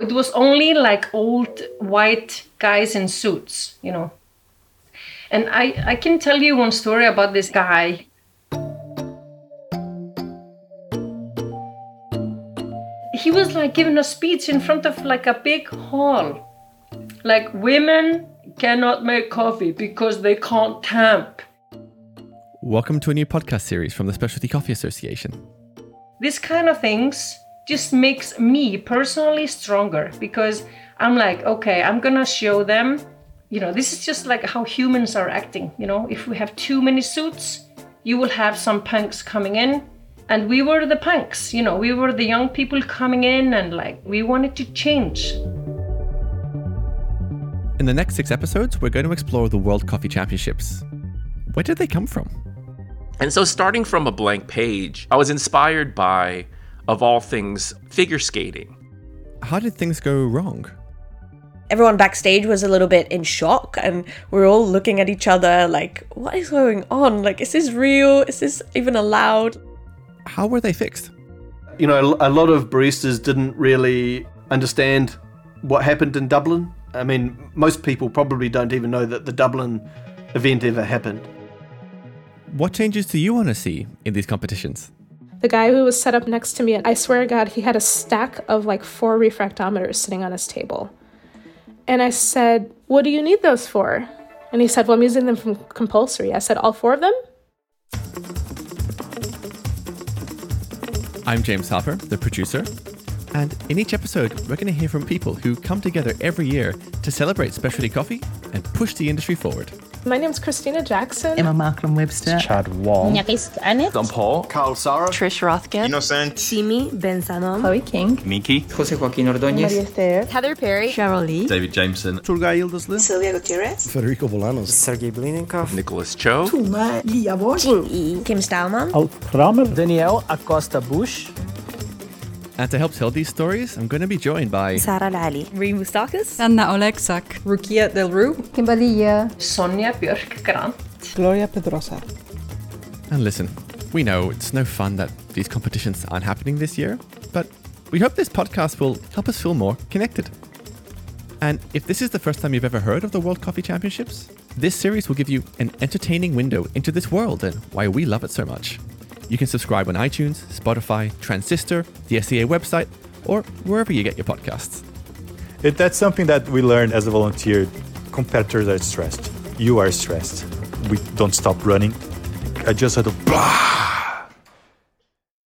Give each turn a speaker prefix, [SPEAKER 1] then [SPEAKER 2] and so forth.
[SPEAKER 1] it was only like old white guys in suits, you know. And I, I can tell you one story about this guy. He was like giving a speech in front of like a big hall. Like women cannot make coffee because they can't tamp.
[SPEAKER 2] Welcome to a new podcast series from the Specialty Coffee Association.
[SPEAKER 1] This kind of things just makes me personally stronger because I'm like, okay, I'm gonna show them, you know, this is just like how humans are acting. You know, if we have too many suits, you will have some punks coming in. And we were the punks, you know, we were the young people coming in and like we wanted to change.
[SPEAKER 2] In the next six episodes, we're going to explore the World Coffee Championships. Where did they come from?
[SPEAKER 3] And so, starting from a blank page, I was inspired by, of all things, figure skating.
[SPEAKER 2] How did things go wrong?
[SPEAKER 4] everyone backstage was a little bit in shock and we are all looking at each other like what is going on like is this real is this even allowed
[SPEAKER 2] How were they fixed?
[SPEAKER 5] You know, a lot of baristas didn't really understand what happened in Dublin. I mean, most people probably don't even know that the Dublin event ever happened.
[SPEAKER 2] What changes do you want to see in these competitions?
[SPEAKER 6] The guy who was set up next to me, I swear to God, he had a stack of like four refractometers sitting on his table. And I said, What do you need those for? And he said, Well, I'm using them from compulsory. I said, All four of them?
[SPEAKER 2] I'm James Hopper, the producer. And in each episode, we're going to hear from people who come together every year to celebrate specialty coffee and push the industry forward.
[SPEAKER 6] My name's Christina Jackson.
[SPEAKER 7] Emma Marklin Webster.
[SPEAKER 8] Chad Wong.
[SPEAKER 3] Paul.
[SPEAKER 5] Carl Sara.
[SPEAKER 9] Trish Rothkin,
[SPEAKER 10] Innocent.
[SPEAKER 9] Shimi Bensanom,
[SPEAKER 7] Chloe King.
[SPEAKER 8] Miki.
[SPEAKER 11] Jose Joaquin Ordóñez.
[SPEAKER 9] Heather Perry, Cheryl Lee,
[SPEAKER 10] David Jameson.
[SPEAKER 8] Turgay Yildiz
[SPEAKER 9] Sylvia Gutierrez,
[SPEAKER 12] Federico Volanos.
[SPEAKER 11] Sergei Blinenkov.
[SPEAKER 3] Nicholas Cho.
[SPEAKER 7] Tuna Liavor.
[SPEAKER 9] Jing Yi, Kim Stahlman,
[SPEAKER 8] Alt Kramer.
[SPEAKER 11] Danielle Acosta Bush.
[SPEAKER 2] And to help tell these stories, I'm going to be joined by
[SPEAKER 9] Sarah Lali,
[SPEAKER 4] Reem Moustakis?
[SPEAKER 13] Anna Oleksak.
[SPEAKER 7] Rukia Del Rue.
[SPEAKER 1] Sonja Björk Grant.
[SPEAKER 7] Gloria Pedrosa.
[SPEAKER 2] And listen, we know it's no fun that these competitions aren't happening this year, but we hope this podcast will help us feel more connected. And if this is the first time you've ever heard of the World Coffee Championships, this series will give you an entertaining window into this world and why we love it so much. You can subscribe on iTunes, Spotify, Transistor, the SEA website, or wherever you get your podcasts.
[SPEAKER 8] It, that's something that we learned as a volunteer. Competitors are stressed. You are stressed. We don't stop running. I just had a blah.